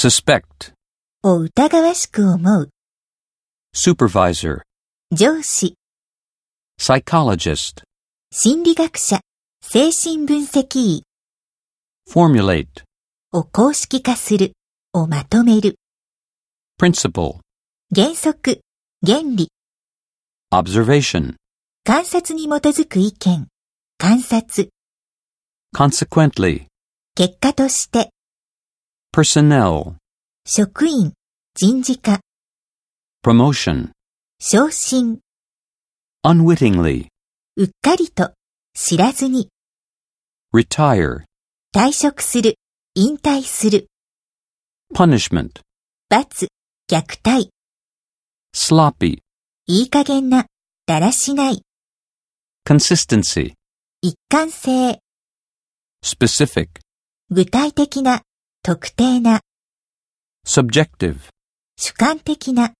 suspect, を疑わしく思う、 supervisor, 上司、 psychologist, 心理学者、精神分析医 formulate, を公式化する、をまとめる、 principle, 原則、原理、 observation, 観察に基づく意見、観察、 consequently, 結果として、 personnel, 職員、人事課、 promotion, 昇進、 unwittingly, うっかりと、知らずに、 retire, 退職する、引退する、 punishment, 罰、虐待、 sloppy, いい加減な、だらしない、 consistency, 一貫性、 specific, 具体的な、特定な、 subjective. 主観的な、